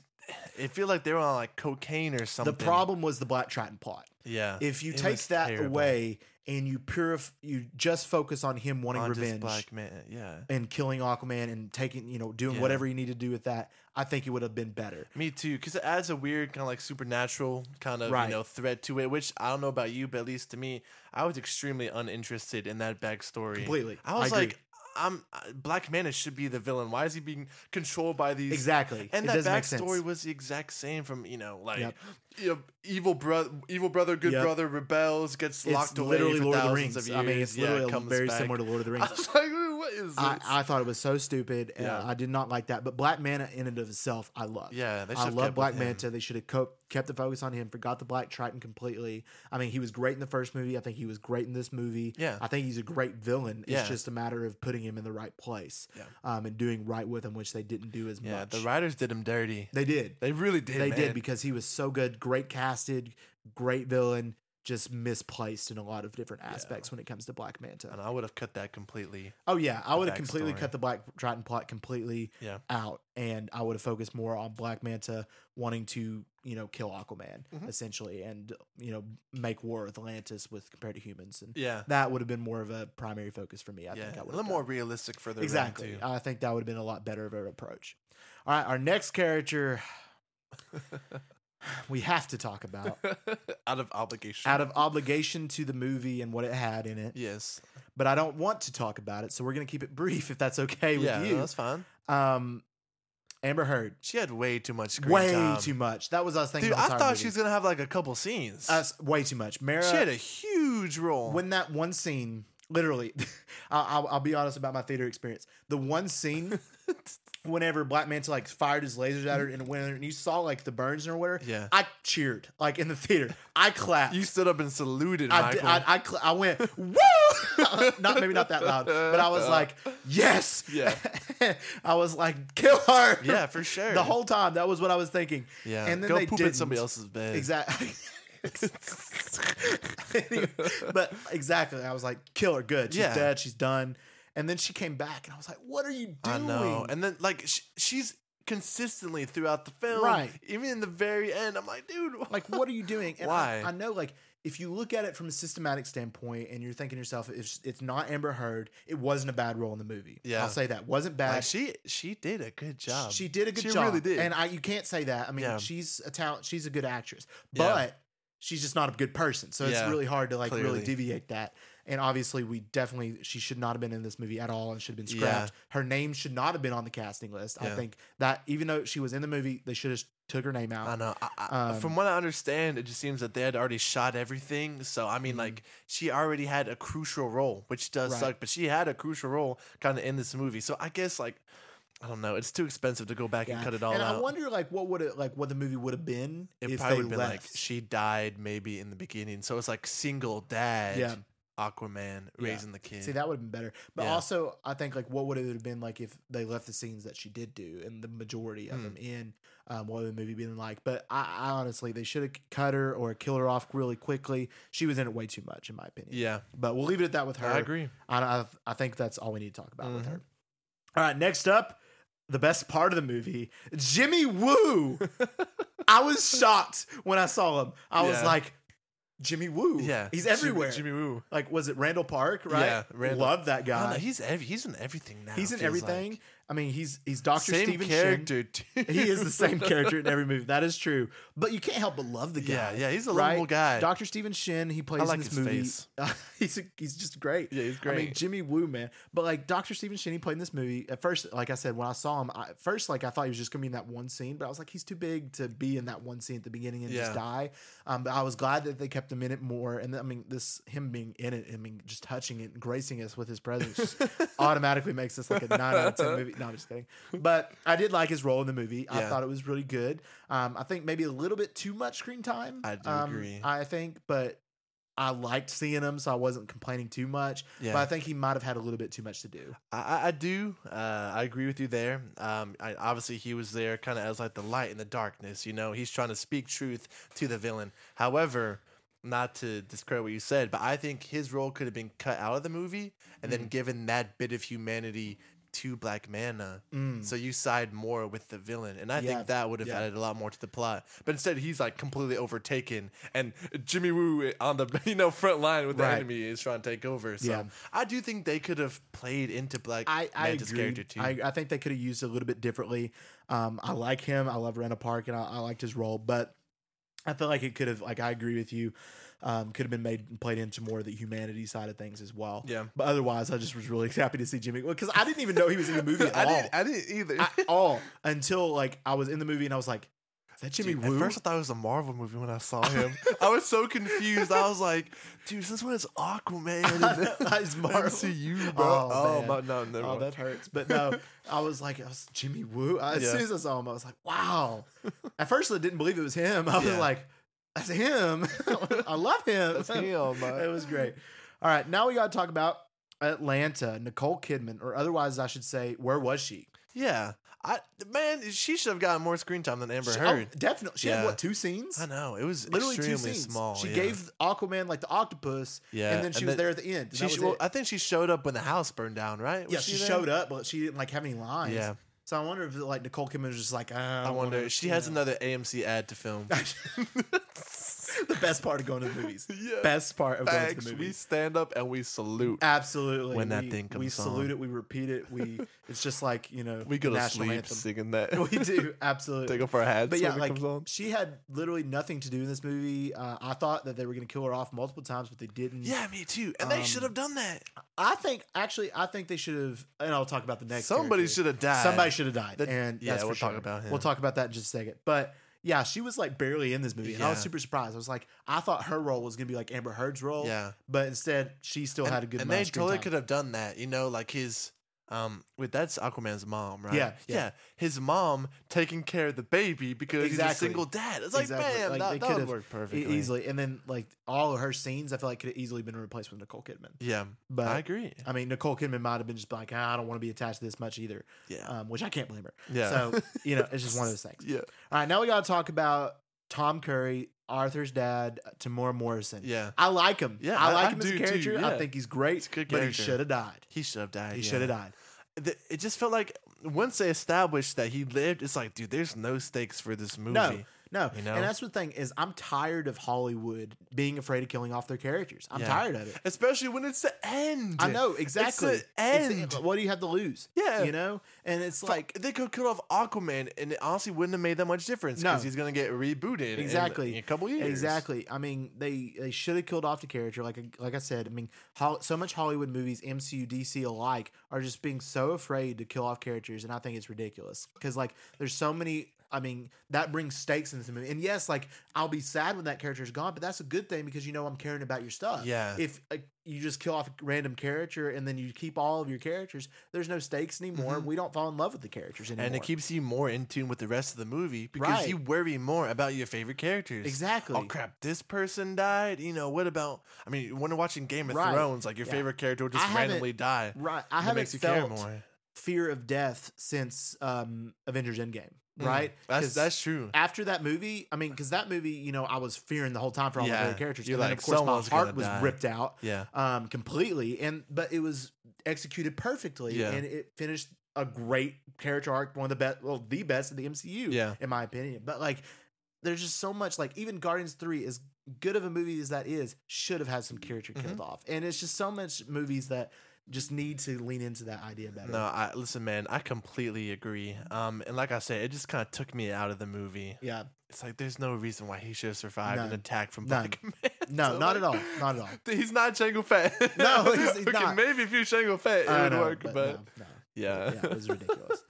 [SPEAKER 2] it feel like they were on like cocaine or something.
[SPEAKER 1] The problem was the Black Triton plot.
[SPEAKER 2] yeah,
[SPEAKER 1] if you
[SPEAKER 2] It
[SPEAKER 1] take
[SPEAKER 2] was
[SPEAKER 1] that
[SPEAKER 2] terrible.
[SPEAKER 1] away and you purif- you just focus on him wanting
[SPEAKER 2] on just
[SPEAKER 1] revenge
[SPEAKER 2] black man, yeah,
[SPEAKER 1] and killing Aquaman and taking you know doing
[SPEAKER 2] Yeah.
[SPEAKER 1] whatever you need to do with that, I think it would have been better.
[SPEAKER 2] me too, because it adds a weird kind of like supernatural kind of
[SPEAKER 1] Right.
[SPEAKER 2] you know threat to it, which I don't know about you, but at least to me, I was extremely uninterested in that backstory.
[SPEAKER 1] Completely,
[SPEAKER 2] I was
[SPEAKER 1] agree.
[SPEAKER 2] like, I'm Black Manta should be the villain. Why is he being controlled by these
[SPEAKER 1] exactly,
[SPEAKER 2] And
[SPEAKER 1] it
[SPEAKER 2] that
[SPEAKER 1] doesn't make sense.
[SPEAKER 2] backstory was the exact same from you know like
[SPEAKER 1] Yep.
[SPEAKER 2] you know, evil brother, evil brother, good
[SPEAKER 1] Yep.
[SPEAKER 2] brother rebels, gets
[SPEAKER 1] It's
[SPEAKER 2] locked away
[SPEAKER 1] literally
[SPEAKER 2] for
[SPEAKER 1] Lord of the
[SPEAKER 2] thousands
[SPEAKER 1] Rings.
[SPEAKER 2] of years.
[SPEAKER 1] I mean, it's
[SPEAKER 2] Yeah,
[SPEAKER 1] literally
[SPEAKER 2] comes
[SPEAKER 1] very
[SPEAKER 2] back. [laughs]
[SPEAKER 1] similar to Lord of the
[SPEAKER 2] I
[SPEAKER 1] Rings.
[SPEAKER 2] was like, what is this?
[SPEAKER 1] I, I thought it was so stupid. Yeah.
[SPEAKER 2] Yeah.
[SPEAKER 1] I did not like that. But Black Manta, in and of itself, I love.
[SPEAKER 2] yeah, they
[SPEAKER 1] I
[SPEAKER 2] should've kept
[SPEAKER 1] love
[SPEAKER 2] with
[SPEAKER 1] Black
[SPEAKER 2] him.
[SPEAKER 1] Manta. They should have co- kept the focus on him. Forgot the Black Triton completely. I mean, he was great in the first movie. I think he was great in this movie.
[SPEAKER 2] Yeah.
[SPEAKER 1] I think he's a great villain.
[SPEAKER 2] Yeah.
[SPEAKER 1] It's just a matter of putting him in the right place.
[SPEAKER 2] Yeah.
[SPEAKER 1] Um, and doing right with him, which they didn't do as
[SPEAKER 2] Yeah,
[SPEAKER 1] much.
[SPEAKER 2] the writers did him dirty.
[SPEAKER 1] they did.
[SPEAKER 2] They really did.
[SPEAKER 1] They
[SPEAKER 2] man.
[SPEAKER 1] did because he was so good. Great casted. Great villain. Just misplaced in a lot of different aspects when it comes to Black Manta.
[SPEAKER 2] and I would have cut that completely.
[SPEAKER 1] [laughs] Oh yeah, I would have completely
[SPEAKER 2] backstory.
[SPEAKER 1] cut the Black Triton plot completely
[SPEAKER 2] Yeah.
[SPEAKER 1] out, and I would have focused more on Black Manta wanting to, you know, kill Aquaman
[SPEAKER 2] Mhm.
[SPEAKER 1] essentially, and you know, make war with Atlantis with compared to humans, and
[SPEAKER 2] Yeah,
[SPEAKER 1] that would have been more of a primary focus for me. I
[SPEAKER 2] yeah,
[SPEAKER 1] think I
[SPEAKER 2] a
[SPEAKER 1] would
[SPEAKER 2] little
[SPEAKER 1] have
[SPEAKER 2] more realistic for the round,
[SPEAKER 1] exactly.
[SPEAKER 2] too.
[SPEAKER 1] I think
[SPEAKER 2] [laughs]
[SPEAKER 1] that would have been a lot better of an approach. All right, our next character. we have to talk
[SPEAKER 2] [laughs]
[SPEAKER 1] about
[SPEAKER 2] out of obligation.
[SPEAKER 1] out of obligation to the movie and what it had in it.
[SPEAKER 2] yes.
[SPEAKER 1] But I don't want to talk about it, so we're gonna keep it brief if that's okay with
[SPEAKER 2] yeah, no,
[SPEAKER 1] you.
[SPEAKER 2] that's fine.
[SPEAKER 1] Um, Amber Heard,
[SPEAKER 2] She had way too much screen
[SPEAKER 1] way
[SPEAKER 2] time.
[SPEAKER 1] too much. That was us thinking.
[SPEAKER 2] Dude,
[SPEAKER 1] the
[SPEAKER 2] I
[SPEAKER 1] entire
[SPEAKER 2] thought
[SPEAKER 1] movie.
[SPEAKER 2] she was gonna have like a couple scenes.
[SPEAKER 1] us way too much. Mara,
[SPEAKER 2] she had a huge role.
[SPEAKER 1] when that one scene, literally, [laughs] I'll, I'll, I'll be honest about my theater experience. The one
[SPEAKER 2] [laughs]
[SPEAKER 1] scene, whenever Black Manta like fired his lasers at her and went, and you saw like the burns or whatever.
[SPEAKER 2] Mm. yeah,
[SPEAKER 1] I cheered like in the theater.
[SPEAKER 2] [laughs]
[SPEAKER 1] I clapped.
[SPEAKER 2] you stood up and saluted
[SPEAKER 1] I, did-
[SPEAKER 2] Michael.
[SPEAKER 1] I, I, cl- I went [laughs] woo, [laughs] not maybe not that loud, but I
[SPEAKER 2] [laughs]
[SPEAKER 1] was like yes,
[SPEAKER 2] Yeah.
[SPEAKER 1] [laughs] I was like kill her,
[SPEAKER 2] yeah, for
[SPEAKER 1] [laughs]
[SPEAKER 2] sure.
[SPEAKER 1] the whole time. That was what I was thinking.
[SPEAKER 2] yeah,
[SPEAKER 1] and then
[SPEAKER 2] go
[SPEAKER 1] they
[SPEAKER 2] poop in
[SPEAKER 1] didn't.
[SPEAKER 2] somebody else's bed.
[SPEAKER 1] Exactly. [laughs] but exactly, I was like, kill her. Good. She's
[SPEAKER 2] Yeah.
[SPEAKER 1] dead. She's done. And then she came back, and I was like, what are you doing?
[SPEAKER 2] I know. And then like sh- she's consistently throughout the film,
[SPEAKER 1] Right.
[SPEAKER 2] Even in the very end, I'm like, dude,
[SPEAKER 1] like, what are you doing? And
[SPEAKER 2] Why?
[SPEAKER 1] I, I know, like, if you look at it from a systematic standpoint, and you're thinking to yourself, if it's not Amber Heard, it wasn't a bad role in the movie.
[SPEAKER 2] Yeah.
[SPEAKER 1] I'll say that wasn't bad.
[SPEAKER 2] Like, she she did a good job.
[SPEAKER 1] She did a good
[SPEAKER 2] She
[SPEAKER 1] job.
[SPEAKER 2] really did.
[SPEAKER 1] And I, you can't say that. I mean,
[SPEAKER 2] Yeah.
[SPEAKER 1] she's a talent. She's a good actress,
[SPEAKER 2] Yeah.
[SPEAKER 1] but she's just not a good person. So
[SPEAKER 2] Yeah,
[SPEAKER 1] it's really hard to like
[SPEAKER 2] clearly.
[SPEAKER 1] really deviate that. And obviously, we definitely she should not have been in this movie at all, and should have been
[SPEAKER 2] Yeah.
[SPEAKER 1] scrapped. Her name should not have been on the casting list.
[SPEAKER 2] Yeah.
[SPEAKER 1] I think that even though she was in the movie, they should have took her name out.
[SPEAKER 2] I know. I, I,
[SPEAKER 1] Um,
[SPEAKER 2] from what I understand, it just seems that they had already shot everything. So I mean,
[SPEAKER 1] Mhm.
[SPEAKER 2] like she already had a crucial role, which does
[SPEAKER 1] Right.
[SPEAKER 2] suck. But she had a crucial role kind of in this movie. So I guess like I don't know. It's too expensive to go back and
[SPEAKER 1] Yeah.
[SPEAKER 2] cut it all
[SPEAKER 1] and
[SPEAKER 2] out.
[SPEAKER 1] I wonder like what would it like what the movie would have been
[SPEAKER 2] it
[SPEAKER 1] if
[SPEAKER 2] probably
[SPEAKER 1] they
[SPEAKER 2] would been like
[SPEAKER 1] left.
[SPEAKER 2] she died maybe in the beginning. So it's like single dad,
[SPEAKER 1] Yeah.
[SPEAKER 2] Aquaman raising the kid.
[SPEAKER 1] See, that would have been better. But
[SPEAKER 2] Yeah.
[SPEAKER 1] also, I think like what would it have been like if they left the scenes that she did do and the majority of
[SPEAKER 2] Hmm.
[SPEAKER 1] them in um, what would the movie been like? But I, I honestly, they should have cut her or killed her off really quickly. She was in it way too much, in my opinion.
[SPEAKER 2] yeah,
[SPEAKER 1] But we'll leave it at that with her.
[SPEAKER 2] I agree.
[SPEAKER 1] I, I, I think that's all we need to talk about with
[SPEAKER 2] Mhm.
[SPEAKER 1] her. All right, next up, the best part of the movie, Jimmy
[SPEAKER 2] [laughs]
[SPEAKER 1] Woo. I was shocked when I saw him. I was
[SPEAKER 2] Yeah.
[SPEAKER 1] like, Jimmy Woo.
[SPEAKER 2] Yeah,
[SPEAKER 1] he's
[SPEAKER 2] Jimmy-
[SPEAKER 1] everywhere
[SPEAKER 2] Jimmy, Woo.
[SPEAKER 1] like was it Randall Park, right?
[SPEAKER 2] Yeah, Randall.
[SPEAKER 1] Love that
[SPEAKER 2] I don't know,
[SPEAKER 1] guy.
[SPEAKER 2] he's ev- he's in everything now.
[SPEAKER 1] he's in
[SPEAKER 2] it feels
[SPEAKER 1] everything.
[SPEAKER 2] like.
[SPEAKER 1] I mean, he's he's Doctor
[SPEAKER 2] Same
[SPEAKER 1] Steven
[SPEAKER 2] character. [laughs] Too.
[SPEAKER 1] Shin. He is the
[SPEAKER 2] [laughs]
[SPEAKER 1] same character in every movie. That is true. But you can't help but love the guy.
[SPEAKER 2] Yeah, yeah, he's a
[SPEAKER 1] right?
[SPEAKER 2] lovable guy.
[SPEAKER 1] Doctor Steven Shin. He plays
[SPEAKER 2] like
[SPEAKER 1] in this
[SPEAKER 2] his
[SPEAKER 1] movie.
[SPEAKER 2] face.
[SPEAKER 1] [laughs] he's a, he's just great.
[SPEAKER 2] yeah, he's
[SPEAKER 1] I
[SPEAKER 2] great.
[SPEAKER 1] mean, Jimmy Woo, man. But like Dr. Stephen Shin, he played in this movie. At first, like I said, when I saw him, I, at first, like I thought he was just gonna be in that one scene, but I was like, he's too big to be in that one scene at the beginning and
[SPEAKER 2] Yeah.
[SPEAKER 1] just die. Um, but I was glad that they kept him in it more. And I mean, this him being in it, I mean, just touching it and gracing us with his presence
[SPEAKER 2] [laughs]
[SPEAKER 1] just automatically makes this like a nine out of ten movie. No, I'm just kidding. But I did like his role in the movie. I
[SPEAKER 2] Yeah.
[SPEAKER 1] thought it was really good. Um, I think maybe a little bit too much screen time.
[SPEAKER 2] I do
[SPEAKER 1] um,
[SPEAKER 2] agree.
[SPEAKER 1] I think, but I liked seeing him, so I wasn't complaining too much.
[SPEAKER 2] yeah.
[SPEAKER 1] But I think he might have had a little bit too much to do.
[SPEAKER 2] I- I, I do. Uh, I agree with you there. Um, I, obviously, he was there kind of as like the light in the darkness. You know, he's trying to speak truth to the villain. However, not to discredit what you said, but I think his role could have been cut out of the movie and
[SPEAKER 1] Mm.
[SPEAKER 2] then given that bit of humanity to Black Mana.
[SPEAKER 1] Mm.
[SPEAKER 2] So you side more with the villain, and I
[SPEAKER 1] Yeah,
[SPEAKER 2] think that would have
[SPEAKER 1] yeah.
[SPEAKER 2] added a lot more to the plot. But instead, he's like completely overtaken, and Jimmy Woo on the [laughs] you know front line with the
[SPEAKER 1] Right.
[SPEAKER 2] enemy is trying to take over. So
[SPEAKER 1] Yeah.
[SPEAKER 2] I do think they could have played into Black
[SPEAKER 1] I, I
[SPEAKER 2] Manta's
[SPEAKER 1] agree.
[SPEAKER 2] character too.
[SPEAKER 1] I, I think they could have used it a little bit differently. Um, I like him. I love Randall Park, and I, I liked his role. But I feel like it could have, like I agree with you, um, could have been made and played into more of the humanity side of things as well.
[SPEAKER 2] yeah,
[SPEAKER 1] But otherwise, I just was really [laughs] happy to see Jimmy because I didn't even know he was in the movie at
[SPEAKER 2] [laughs] I
[SPEAKER 1] all.
[SPEAKER 2] didn't. I didn't either. [laughs]
[SPEAKER 1] at all until like I was in the movie and I was like, "Is that Jimmy
[SPEAKER 2] Dude,
[SPEAKER 1] Woo?"
[SPEAKER 2] At first, I thought it was a Marvel movie when I saw him. I was so confused. I was like, "Dude, since when is
[SPEAKER 1] [laughs]
[SPEAKER 2] Aquaman in the
[SPEAKER 1] It's Marvel.
[SPEAKER 2] MCU, bro?"
[SPEAKER 1] Oh, man.
[SPEAKER 2] my no, never
[SPEAKER 1] Oh,
[SPEAKER 2] mind.
[SPEAKER 1] that hurts. But no, I was like, I was Jimmy Woo. I- As
[SPEAKER 2] Yeah.
[SPEAKER 1] soon as I saw him, I was like,
[SPEAKER 2] [laughs]
[SPEAKER 1] wow. At first, I didn't believe it was him. I was
[SPEAKER 2] Yeah.
[SPEAKER 1] like, that's him. [laughs] I love him.
[SPEAKER 2] That's him, man.
[SPEAKER 1] it was great. All right, now we got to talk about Atlanta, Nicole Kidman, or otherwise, I should say, where was she?
[SPEAKER 2] Yeah, I man, she should have gotten more screen time than Amber
[SPEAKER 1] She-
[SPEAKER 2] Heard.
[SPEAKER 1] Oh, definitely. She
[SPEAKER 2] Yeah.
[SPEAKER 1] had what two scenes?
[SPEAKER 2] I know it was
[SPEAKER 1] Literally two
[SPEAKER 2] extremely
[SPEAKER 1] scenes.
[SPEAKER 2] small.
[SPEAKER 1] she
[SPEAKER 2] yeah.
[SPEAKER 1] gave Aquaman like the octopus,
[SPEAKER 2] yeah,
[SPEAKER 1] and then she was there at the end. and
[SPEAKER 2] She,
[SPEAKER 1] that was
[SPEAKER 2] sh- well,
[SPEAKER 1] it.
[SPEAKER 2] I think she showed up when the house burned down, right? Was
[SPEAKER 1] yeah, she
[SPEAKER 2] there?
[SPEAKER 1] showed up, but she didn't like have any lines.
[SPEAKER 2] Yeah,
[SPEAKER 1] So I wonder if like Nicole Kidman was just like, uh,
[SPEAKER 2] I wonder. She has
[SPEAKER 1] another.
[SPEAKER 2] another AMC ad to film.
[SPEAKER 1] [laughs] the best part of going to the movies.
[SPEAKER 2] [laughs] Yeah.
[SPEAKER 1] Best part of going to
[SPEAKER 2] Facts.
[SPEAKER 1] the
[SPEAKER 2] We
[SPEAKER 1] movies.
[SPEAKER 2] stand up and we salute.
[SPEAKER 1] Absolutely.
[SPEAKER 2] When that
[SPEAKER 1] we,
[SPEAKER 2] thing
[SPEAKER 1] we
[SPEAKER 2] comes on.
[SPEAKER 1] salute it. We repeat it. We it's just like you know
[SPEAKER 2] we go
[SPEAKER 1] the
[SPEAKER 2] to
[SPEAKER 1] national
[SPEAKER 2] sleep
[SPEAKER 1] anthem.
[SPEAKER 2] singing [laughs] that.
[SPEAKER 1] [laughs] We do absolutely.
[SPEAKER 2] Take off our hats
[SPEAKER 1] but yeah,
[SPEAKER 2] when it
[SPEAKER 1] like
[SPEAKER 2] comes on.
[SPEAKER 1] she had literally nothing to do in this movie. Uh, I thought that they were going to kill her off multiple times, but they didn't.
[SPEAKER 2] Yeah, me too. And they should
[SPEAKER 1] Um,
[SPEAKER 2] have done that.
[SPEAKER 1] I think actually, I think they should have. And I'll talk about the next.
[SPEAKER 2] Somebody
[SPEAKER 1] character.
[SPEAKER 2] should have died.
[SPEAKER 1] Somebody should have died.
[SPEAKER 2] That-
[SPEAKER 1] and
[SPEAKER 2] yeah,
[SPEAKER 1] that's for
[SPEAKER 2] we'll talk
[SPEAKER 1] sure.
[SPEAKER 2] about him.
[SPEAKER 1] We'll talk about that in just a second. But yeah, she was like barely in this movie, and I was
[SPEAKER 2] Yeah.
[SPEAKER 1] super surprised. I was like, I thought her role was going to be like Amber Heard's role.
[SPEAKER 2] Yeah.
[SPEAKER 1] But instead, she still
[SPEAKER 2] and,
[SPEAKER 1] had a good.
[SPEAKER 2] and
[SPEAKER 1] amount
[SPEAKER 2] they
[SPEAKER 1] of screen
[SPEAKER 2] totally
[SPEAKER 1] time.
[SPEAKER 2] could have done that you know like his um with that's aquaman's mom right
[SPEAKER 1] Yeah, yeah.
[SPEAKER 2] yeah his mom taking care of the baby because he's a
[SPEAKER 1] Exactly.
[SPEAKER 2] single dad it's like
[SPEAKER 1] Exactly.
[SPEAKER 2] man
[SPEAKER 1] Like, they
[SPEAKER 2] that,
[SPEAKER 1] could
[SPEAKER 2] that
[SPEAKER 1] have
[SPEAKER 2] would work
[SPEAKER 1] E-
[SPEAKER 2] perfectly
[SPEAKER 1] easily. And then like all of her scenes, I feel like could have easily been replaced with Nicole Kidman.
[SPEAKER 2] yeah
[SPEAKER 1] But
[SPEAKER 2] i
[SPEAKER 1] I,
[SPEAKER 2] agree
[SPEAKER 1] mean, Nicole Kidman might have been just like, "Ah, I don't want to be attached to this much either,
[SPEAKER 2] yeah
[SPEAKER 1] um, which I can't blame her.
[SPEAKER 2] yeah
[SPEAKER 1] So you know, it's just
[SPEAKER 2] [laughs]
[SPEAKER 1] one of those things.
[SPEAKER 2] yeah
[SPEAKER 1] All right, now we got to talk about Tom Curry, Arthur's dad, uh, Tamora Morrison.
[SPEAKER 2] yeah
[SPEAKER 1] I like him.
[SPEAKER 2] Yeah,
[SPEAKER 1] I
[SPEAKER 2] I-
[SPEAKER 1] like
[SPEAKER 2] I
[SPEAKER 1] him as a
[SPEAKER 2] do too,
[SPEAKER 1] character. I
[SPEAKER 2] yeah.
[SPEAKER 1] think he's great,
[SPEAKER 2] He's a good
[SPEAKER 1] but he
[SPEAKER 2] character.
[SPEAKER 1] should have died.
[SPEAKER 2] he should have died
[SPEAKER 1] He
[SPEAKER 2] yeah.
[SPEAKER 1] should have died.
[SPEAKER 2] Th- it just felt like once they established that he lived it's like dude there's no stakes for this movie
[SPEAKER 1] No, No,
[SPEAKER 2] You know?
[SPEAKER 1] and that's the thing is, I'm tired of Hollywood being afraid of killing off their characters. I'm
[SPEAKER 2] Yeah.
[SPEAKER 1] tired of it.
[SPEAKER 2] especially when it's the end
[SPEAKER 1] I know exactly.
[SPEAKER 2] it's the
[SPEAKER 1] It's
[SPEAKER 2] end
[SPEAKER 1] the- what do you have to lose?
[SPEAKER 2] yeah
[SPEAKER 1] You know, and it's like
[SPEAKER 2] like they could kill off Aquaman, and it honestly wouldn't have made that much difference
[SPEAKER 1] No.
[SPEAKER 2] because he's gonna get rebooted in-
[SPEAKER 1] Exactly.
[SPEAKER 2] in, a couple years.
[SPEAKER 1] Exactly. I mean, they they should have killed off the character. Like I- like I said, I mean, hol- so much Hollywood movies, MCU, DC alike, are just being so afraid to kill off characters, and I think it's ridiculous because like there's so many. I mean, that brings stakes into the movie. And yes, like I'll be sad when that character is gone, but that's a good thing because you know I'm caring about your stuff.
[SPEAKER 2] Yeah.
[SPEAKER 1] If like, you just kill off a random character and then you keep all of your characters, there's no stakes anymore.
[SPEAKER 2] Mhm.
[SPEAKER 1] We don't fall in love with the characters anymore.
[SPEAKER 2] And it keeps you more in tune with the rest of the movie because
[SPEAKER 1] Right.
[SPEAKER 2] you worry more about your favorite characters.
[SPEAKER 1] exactly.
[SPEAKER 2] Oh crap! This person died. You know what about? I mean, when you're watching Game of
[SPEAKER 1] Right.
[SPEAKER 2] Thrones, like your
[SPEAKER 1] Yeah.
[SPEAKER 2] favorite character will
[SPEAKER 1] I
[SPEAKER 2] just
[SPEAKER 1] haven't-
[SPEAKER 2] randomly die.
[SPEAKER 1] Right. I
[SPEAKER 2] It
[SPEAKER 1] haven't
[SPEAKER 2] makes you
[SPEAKER 1] felt
[SPEAKER 2] care more.
[SPEAKER 1] fear of death since um, Avengers Endgame,
[SPEAKER 2] Mm.
[SPEAKER 1] right?
[SPEAKER 2] That's
[SPEAKER 1] 'Cause
[SPEAKER 2] that's true.
[SPEAKER 1] after that movie. I mean, because that movie, you know, I was fearing the whole time for all
[SPEAKER 2] Yeah,
[SPEAKER 1] the other characters,
[SPEAKER 2] you're
[SPEAKER 1] and then
[SPEAKER 2] like,
[SPEAKER 1] of course my
[SPEAKER 2] someone's gonna
[SPEAKER 1] heart was
[SPEAKER 2] die.
[SPEAKER 1] ripped out
[SPEAKER 2] Yeah.
[SPEAKER 1] um, completely, and but it was executed perfectly,
[SPEAKER 2] Yeah.
[SPEAKER 1] and it finished a great character arc, one of the best, well, the best of the MCU,
[SPEAKER 2] Yeah.
[SPEAKER 1] in my opinion. But like, there's just so much. Like, even Guardians Three, as good of a movie as that is, should have had some character
[SPEAKER 2] Mm-hmm.
[SPEAKER 1] killed off, and it's just so much movies that just need to lean into that idea better.
[SPEAKER 2] No, I listen, man. I completely agree. Um, and like I said, it just kind of took me out of the movie.
[SPEAKER 1] Yeah,
[SPEAKER 2] It's like there's no reason why he should have survived
[SPEAKER 1] None.
[SPEAKER 2] an attack from
[SPEAKER 1] None.
[SPEAKER 2] Black Man.
[SPEAKER 1] [laughs] No,
[SPEAKER 2] So,
[SPEAKER 1] not at all.
[SPEAKER 2] like,
[SPEAKER 1] Not at all.
[SPEAKER 2] [laughs] He's not Jango Fett.
[SPEAKER 1] No, he's- he's
[SPEAKER 2] [laughs] okay,
[SPEAKER 1] not.
[SPEAKER 2] Maybe if you Jango Fett, it
[SPEAKER 1] I
[SPEAKER 2] would
[SPEAKER 1] know,
[SPEAKER 2] work. But,
[SPEAKER 1] no, no.
[SPEAKER 2] yeah.
[SPEAKER 1] yeah, it was ridiculous.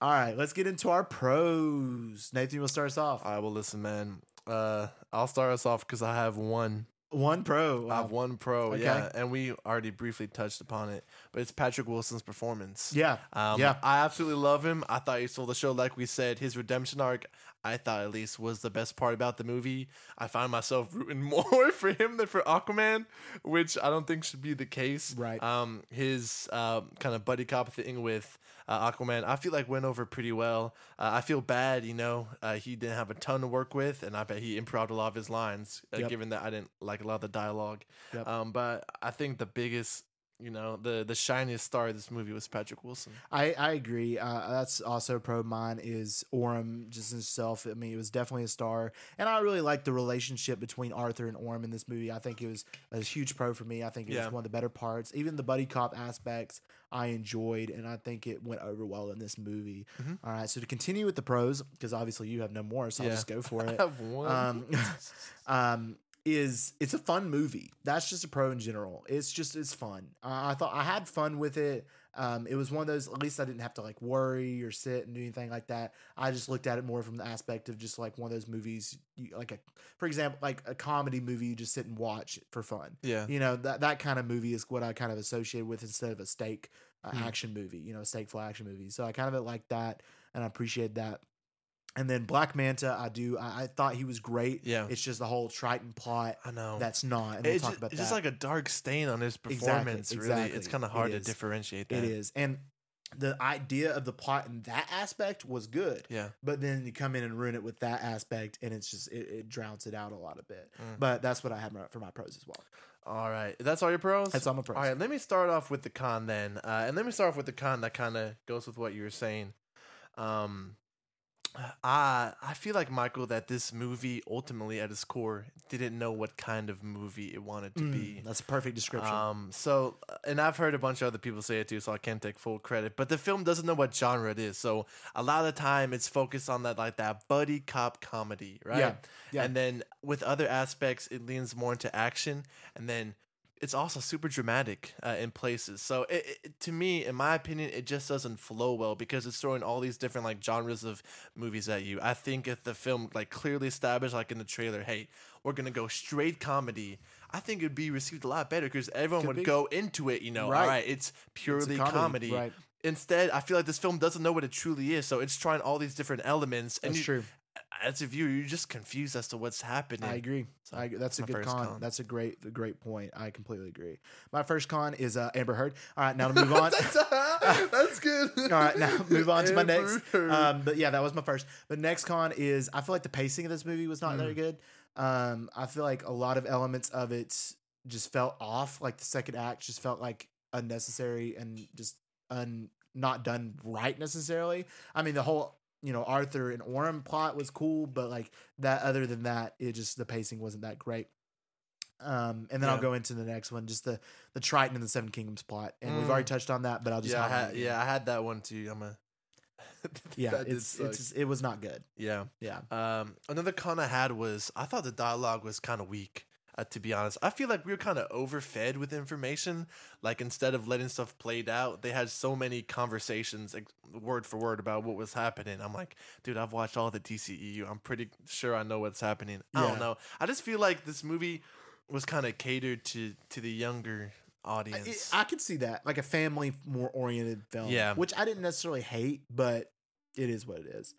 [SPEAKER 1] All right, let's get into our pros. Nathan will start us off.
[SPEAKER 2] [laughs] all right. Well, listen, man. Uh, I'll start us off because I have one.
[SPEAKER 1] One pro. Uh,
[SPEAKER 2] I
[SPEAKER 1] Wow.
[SPEAKER 2] have one pro.
[SPEAKER 1] Okay.
[SPEAKER 2] Yeah, and we already briefly touched upon it, but it's Patrick Wilson's performance.
[SPEAKER 1] Yeah,
[SPEAKER 2] Um,
[SPEAKER 1] Yeah.
[SPEAKER 2] I absolutely love him. I thought he stole the show. Like we said, his redemption arc, I thought at least was the best part about the movie. I find myself [laughs] rooting more for him than for Aquaman, which I don't think should be the case.
[SPEAKER 1] Right.
[SPEAKER 2] Um, his um, kind of buddy cop thing with uh, Aquaman, I feel like went over pretty well. Uh, I feel bad, you know, uh, he didn't have a ton to work with, and I bet he improved a lot of his lines, uh,
[SPEAKER 1] Yep.
[SPEAKER 2] given that I didn't like a lot of the dialogue.
[SPEAKER 1] Yep.
[SPEAKER 2] Um, but I think the biggest. You know the the shiniest star of this movie was Patrick Wilson.
[SPEAKER 1] I, I agree. Uh, that's also a pro of mine is Orm just himself. I mean, it was definitely a star, and I really liked the relationship between Arthur and Orm in this movie. I think it was a huge pro for me. I think it
[SPEAKER 2] Yeah.
[SPEAKER 1] was one of the better parts. Even the buddy cop aspects I enjoyed, and I think it went over well in this movie.
[SPEAKER 2] Mhm.
[SPEAKER 1] All right, so to continue with the pros, because obviously you have no more, so I'll
[SPEAKER 2] Yeah.
[SPEAKER 1] just go for
[SPEAKER 2] [laughs] I
[SPEAKER 1] it.
[SPEAKER 2] have one.
[SPEAKER 1] Um, [laughs] um, is it's a fun movie. That's just a pro in general. It's just it's fun. I I thought I had fun with it. Um, it was one of those. At least I didn't have to like worry or sit and do anything like that. I just looked at it more from the aspect of just like one of those movies, you, like a, for example, like a comedy movie you just sit and watch for fun.
[SPEAKER 2] yeah.
[SPEAKER 1] You know that that kind of movie is what I kind of associate with instead of a steak uh,
[SPEAKER 2] Hmm.
[SPEAKER 1] action movie. You know, stakeful action movie. So I kind of like that, and I appreciate that. And then Black Manta, I do. I, I thought he was great.
[SPEAKER 2] Yeah.
[SPEAKER 1] it's just the whole Triton plot
[SPEAKER 2] I know.
[SPEAKER 1] that's not. And we'll
[SPEAKER 2] it's
[SPEAKER 1] talk
[SPEAKER 2] just,
[SPEAKER 1] about
[SPEAKER 2] it's just
[SPEAKER 1] that.
[SPEAKER 2] like a dark stain on his
[SPEAKER 1] Exactly,
[SPEAKER 2] performance. Really, it's
[SPEAKER 1] exactly.
[SPEAKER 2] kind
[SPEAKER 1] It
[SPEAKER 2] of hard to
[SPEAKER 1] is.
[SPEAKER 2] differentiate that.
[SPEAKER 1] it is, and the idea of the plot in that aspect was good.
[SPEAKER 2] Yeah.
[SPEAKER 1] But then you come in and ruin it with that aspect, and it's just it, it drowns it out a lot a bit.
[SPEAKER 2] Mm.
[SPEAKER 1] But that's what I have for my pros as well.
[SPEAKER 2] All right. That's all your pros.
[SPEAKER 1] That's all my pros.
[SPEAKER 2] All right. Let me start off with the con then, uh, and let me start off with the con that kind of goes with what you were saying. Um, I I feel like Michael that this movie ultimately at its core didn't know what kind of movie it wanted
[SPEAKER 1] Mm.
[SPEAKER 2] to be.
[SPEAKER 1] That's a perfect description.
[SPEAKER 2] Um, so, and I've heard a bunch of other people say it too, so I can't take full credit. But the film doesn't know what genre it is, so a lot of the time it's focused on that like that buddy cop comedy, right?
[SPEAKER 1] Yeah, yeah.
[SPEAKER 2] And then with other aspects, it leans more into action, and then it's also super dramatic uh, in places. So, it, it, to me, in my opinion, it just doesn't flow well because it's throwing all these different like genres of movies at you. I think if the film like clearly established, like in the trailer, hey, we're gonna go straight comedy. I think it'd be received a lot better because everyone
[SPEAKER 1] Could
[SPEAKER 2] would
[SPEAKER 1] be.
[SPEAKER 2] go into it, you know,
[SPEAKER 1] Right.
[SPEAKER 2] all right, it's
[SPEAKER 1] It's
[SPEAKER 2] purely
[SPEAKER 1] a
[SPEAKER 2] comedy.
[SPEAKER 1] Right.
[SPEAKER 2] Instead, I feel like this film doesn't know what it truly is, so it's trying all these different elements, and
[SPEAKER 1] That's
[SPEAKER 2] you,
[SPEAKER 1] true.
[SPEAKER 2] as a viewer, you're just confused as to what's happening.
[SPEAKER 1] I agree.
[SPEAKER 2] So,
[SPEAKER 1] I, agree. that's a
[SPEAKER 2] my
[SPEAKER 1] good
[SPEAKER 2] first
[SPEAKER 1] con.
[SPEAKER 2] con.
[SPEAKER 1] That's a great, a great point. I completely agree. My first con is uh, Amber Heard. All right,
[SPEAKER 2] [laughs]
[SPEAKER 1] now to move on.
[SPEAKER 2] That's good.
[SPEAKER 1] [laughs] All right, now move on to my next.
[SPEAKER 2] Mm-hmm.
[SPEAKER 1] Um, but yeah, that was my first. But next con is I feel like the pacing of this movie was not
[SPEAKER 2] Mm-hmm.
[SPEAKER 1] very good. Um, I feel like a lot of elements of it just felt off. Like the second act just felt like unnecessary and just un not done right necessarily. I mean, the whole you know Arthur and Orem plot was cool, but like that. Other than that, it just the pacing wasn't that great. Um, and then I'll
[SPEAKER 2] Yeah.
[SPEAKER 1] go into the next one, just the the Triton and the Seven Kingdoms plot, and we've
[SPEAKER 2] Mm.
[SPEAKER 1] already touched on that, but I'll just
[SPEAKER 2] yeah, I
[SPEAKER 1] highlight
[SPEAKER 2] had,
[SPEAKER 1] it again.
[SPEAKER 2] yeah, I had that one too. I'm a [laughs]
[SPEAKER 1] Yeah,
[SPEAKER 2] That did
[SPEAKER 1] it's
[SPEAKER 2] suck.
[SPEAKER 1] it's just- it was not good.
[SPEAKER 2] yeah.
[SPEAKER 1] Yeah,
[SPEAKER 2] Um, another con I had was I thought the dialogue was kind of weak. Uh, to be honest, I feel like we were kind of overfed with information. Like instead of letting stuff played out, they had so many conversations, like, word for word, about what was happening. I'm like, dude, I've watched all the DCEU. I'm pretty sure I know what's happening. I
[SPEAKER 1] Yeah.
[SPEAKER 2] don't know. I just feel like this movie was kind of catered to to the younger audience.
[SPEAKER 1] I could see that like a family more oriented film.
[SPEAKER 2] Yeah.
[SPEAKER 1] which I didn't necessarily hate, but it is what it is.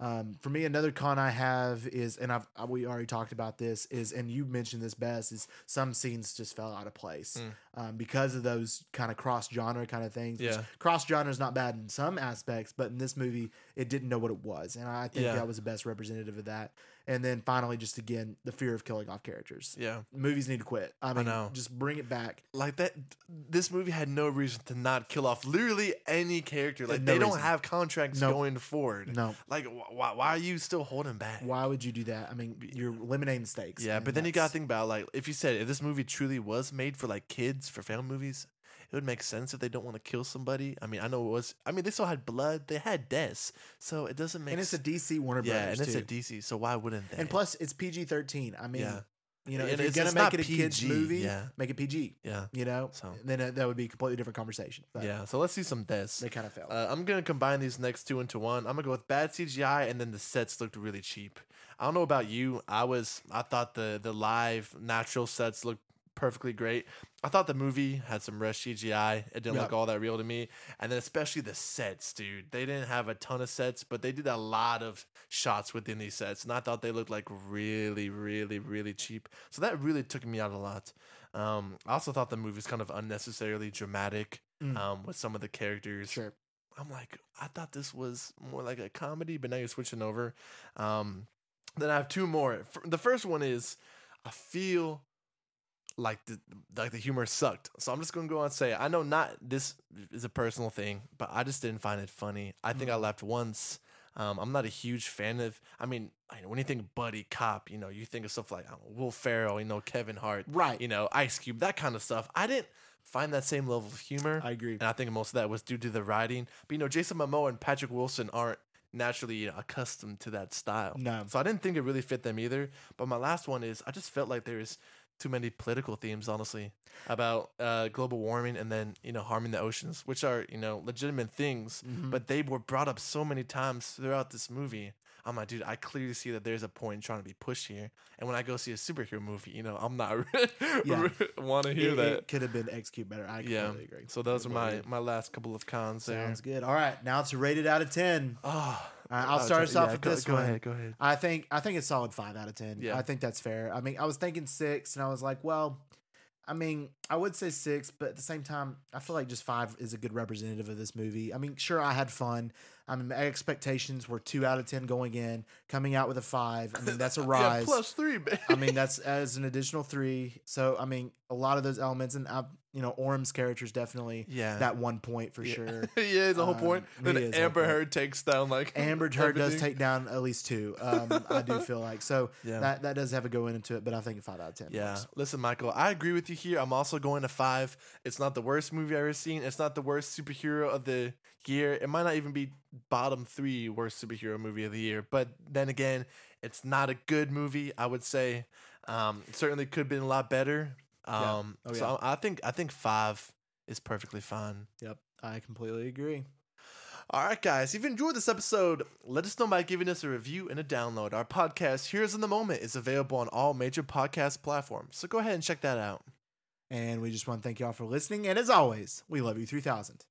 [SPEAKER 1] Um, for me, another con I have is, and I've I- we already talked about this is, and you mentioned this best is some scenes just fell out of place
[SPEAKER 2] Mm.
[SPEAKER 1] um, because of those kind of cross genre kind of things.
[SPEAKER 2] Yeah.
[SPEAKER 1] cross genre is not bad in some aspects, but in this movie, it didn't know what it was, and I think
[SPEAKER 2] Yeah.
[SPEAKER 1] that was the best representative of that. And then finally, just again, the fear of killing off characters.
[SPEAKER 2] yeah.
[SPEAKER 1] movies need to quit. I mean,
[SPEAKER 2] know.
[SPEAKER 1] just bring it back.
[SPEAKER 2] like that this movie had no reason to not kill off literally any character like
[SPEAKER 1] No
[SPEAKER 2] they don't
[SPEAKER 1] reason.
[SPEAKER 2] have contracts
[SPEAKER 1] No.
[SPEAKER 2] going forward
[SPEAKER 1] No,
[SPEAKER 2] like wh- why, why are you still holding back
[SPEAKER 1] why would you do that? I mean, you're eliminating stakes.
[SPEAKER 2] yeah
[SPEAKER 1] and
[SPEAKER 2] but then you gotta
[SPEAKER 1] that's-
[SPEAKER 2] think about like if you said if this movie truly was made for like kids for family movies it would make sense if they don't want to kill somebody i mean i know it was i mean they still had blood they had deaths so it doesn't make
[SPEAKER 1] and it's a
[SPEAKER 2] s-
[SPEAKER 1] DC Warner
[SPEAKER 2] yeah
[SPEAKER 1] Brothers
[SPEAKER 2] and it's
[SPEAKER 1] too.
[SPEAKER 2] a dc so why wouldn't they
[SPEAKER 1] and plus, it's PG thirteen. I mean,
[SPEAKER 2] Yeah.
[SPEAKER 1] you know,
[SPEAKER 2] And
[SPEAKER 1] if you're
[SPEAKER 2] it's-
[SPEAKER 1] gonna
[SPEAKER 2] it's
[SPEAKER 1] make
[SPEAKER 2] not
[SPEAKER 1] it a kids
[SPEAKER 2] PG,
[SPEAKER 1] movie,
[SPEAKER 2] yeah.
[SPEAKER 1] make it PG.
[SPEAKER 2] yeah
[SPEAKER 1] You know,
[SPEAKER 2] So-
[SPEAKER 1] then uh, that would be a completely different conversation. But
[SPEAKER 2] yeah so let's see some deaths
[SPEAKER 1] they kind of failed.
[SPEAKER 2] Uh, I'm gonna combine these next two into one. I'm gonna go with bad CGI, and then the sets looked really cheap. I don't know about you. I was I thought the the live natural sets looked perfectly great. I thought the movie had some rush CGI. It didn't
[SPEAKER 1] Yeah.
[SPEAKER 2] look all that real to me. And then especially the sets, dude. They didn't have a ton of sets, but they did a lot of shots within these sets, and I thought they looked like really, really, really cheap. So that really took me out a lot. Um, I also thought the movie was kind of unnecessarily dramatic.
[SPEAKER 1] Mm.
[SPEAKER 2] Um, with some of the characters,
[SPEAKER 1] sure.
[SPEAKER 2] I'm like, I thought this was more like a comedy, but now you're switching over. Um, then I have two more. F- The first one is, I feel like the like the humor sucked. So I'm just gonna go on and say, I know not this is a personal thing, but I just didn't find it funny. I think I laughed once. Um, I'm not a huge fan of. I mean, I know, when you think buddy cop, you know, you think of stuff like I don't know, Will Ferrell, you know, Kevin Hart,
[SPEAKER 1] Right.
[SPEAKER 2] you know, Ice Cube, that kind of stuff. I didn't find that same level of humor.
[SPEAKER 1] I agree.
[SPEAKER 2] And I think most of that was due to the writing. But you know, Jason Momoa and Patrick Wilson aren't naturally you know, accustomed to that style.
[SPEAKER 1] No.
[SPEAKER 2] So I didn't think it really fit them either. But my last one is I just felt like there was too many political themes, honestly, about uh, global warming and then, you know, harming the oceans, which are, you know, legitimate things.
[SPEAKER 1] Mhm.
[SPEAKER 2] But they were brought up so many times throughout this movie. I'm like, dude, I clearly see that there's a point trying to be pushed here. And when I go see a superhero movie, you know, I'm not [laughs]
[SPEAKER 1] Yeah.
[SPEAKER 2] want to hear
[SPEAKER 1] It-
[SPEAKER 2] that.
[SPEAKER 1] it could have been executed better. I
[SPEAKER 2] Yeah.
[SPEAKER 1] completely agree.
[SPEAKER 2] So those are my
[SPEAKER 1] Completely
[SPEAKER 2] my last couple of cons
[SPEAKER 1] agree.
[SPEAKER 2] there.
[SPEAKER 1] sounds good. All right, now it's rated out of ten.
[SPEAKER 2] Oh,
[SPEAKER 1] All right, I'll start us off with
[SPEAKER 2] go,
[SPEAKER 1] this
[SPEAKER 2] go
[SPEAKER 1] one.
[SPEAKER 2] ahead, go ahead.
[SPEAKER 1] I think I think it's solid five out of ten.
[SPEAKER 2] Yeah.
[SPEAKER 1] I think that's fair. I mean, I was thinking six, and I was like, well, I mean, I would say six, but at the same time, I feel like just five is a good representative of this movie. I mean, sure, I had fun. I mean, my expectations were two out of ten going in, coming out with a five. I mean, that's a rise.
[SPEAKER 2] [laughs] Yeah, plus three, baby.
[SPEAKER 1] I mean, that's as an additional three. So I mean, a lot of those elements, and I, you know, Orm's character is definitely
[SPEAKER 2] Yeah.
[SPEAKER 1] that one point for
[SPEAKER 2] Yeah.
[SPEAKER 1] sure.
[SPEAKER 2] [laughs] yeah, it's the whole point.
[SPEAKER 1] Um,
[SPEAKER 2] Then
[SPEAKER 1] it is the whole
[SPEAKER 2] Amber
[SPEAKER 1] point.
[SPEAKER 2] Heard takes down like [laughs]
[SPEAKER 1] Amber Heard does
[SPEAKER 2] everything.
[SPEAKER 1] take down at least two. Um, I do feel like so
[SPEAKER 2] Yeah.
[SPEAKER 1] that that does have a go into it, but I think a five out of ten.
[SPEAKER 2] Yeah,
[SPEAKER 1] works.
[SPEAKER 2] listen, Michael, I agree with you here. I'm also going to five. It's not the worst movie I've ever seen. It's not the worst superhero of the year. It might not even be bottom three worst superhero movie of the year. But then again, it's not a good movie. I would say um, it certainly could have been a lot better.
[SPEAKER 1] Yeah.
[SPEAKER 2] Um,
[SPEAKER 1] Oh,
[SPEAKER 2] So I I think I think five is perfectly fine.
[SPEAKER 1] Yep, I completely agree.
[SPEAKER 2] All right, guys, if you enjoyed this episode, let us know by giving us a review and a download. Our podcast, Heroes in the Moment, is available on all major podcast platforms. So go ahead and check that out.
[SPEAKER 1] And we just want to thank y'all for listening. And as always, we love you three thousand.